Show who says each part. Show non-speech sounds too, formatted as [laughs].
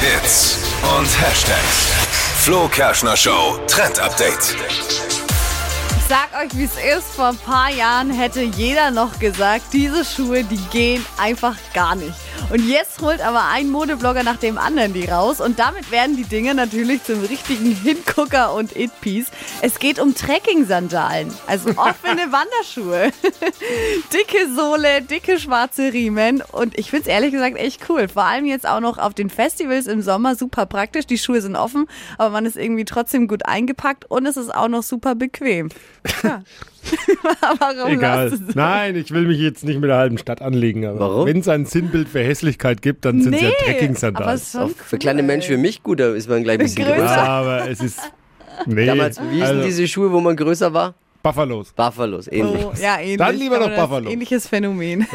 Speaker 1: Hits und Hashtags. Flo Kerschner Show Trend Update.
Speaker 2: Sag euch, wie es ist. Vor ein paar Jahren hätte jeder noch gesagt, diese Schuhe, die gehen einfach gar nicht. Und jetzt holt aber ein Modeblogger nach dem anderen die raus. Und damit werden die Dinge natürlich zum richtigen Hingucker und It-Piece. Es geht um Trekking-Sandalen, also offene Wanderschuhe. dicke Sohle, dicke schwarze Riemen. Und ich finde es ehrlich gesagt echt cool. Vor allem jetzt auch noch auf den Festivals im Sommer super praktisch. Die Schuhe sind offen, aber man ist irgendwie trotzdem gut eingepackt und es ist auch noch super bequem. [laughs] Warum
Speaker 3: Egal.
Speaker 2: lachst du so?
Speaker 3: Nein, ich will mich jetzt nicht mit der halben Stadt anlegen. Aber
Speaker 4: Warum?
Speaker 3: wenn es ein Sinnbild für Hässlichkeit gibt, dann sind es ja
Speaker 2: Nee, aber
Speaker 3: Trekking-Sandalen.
Speaker 2: es ist schon
Speaker 4: Für kleine
Speaker 2: cool.
Speaker 4: Menschen wie mich gut, da ist man gleich ein bisschen
Speaker 2: Größer.
Speaker 4: größer.
Speaker 3: Aber es ist. Nee.
Speaker 4: Damals, wie hießen
Speaker 3: also,
Speaker 4: diese Schuhe, wo man größer war?
Speaker 3: Buffalos.
Speaker 4: Buffalos, ähnlich.
Speaker 2: Oh, ja, ähnlich.
Speaker 3: Dann lieber
Speaker 2: Aber
Speaker 3: noch
Speaker 2: das ist
Speaker 3: Buffalo.
Speaker 2: Ähnliches Phänomen.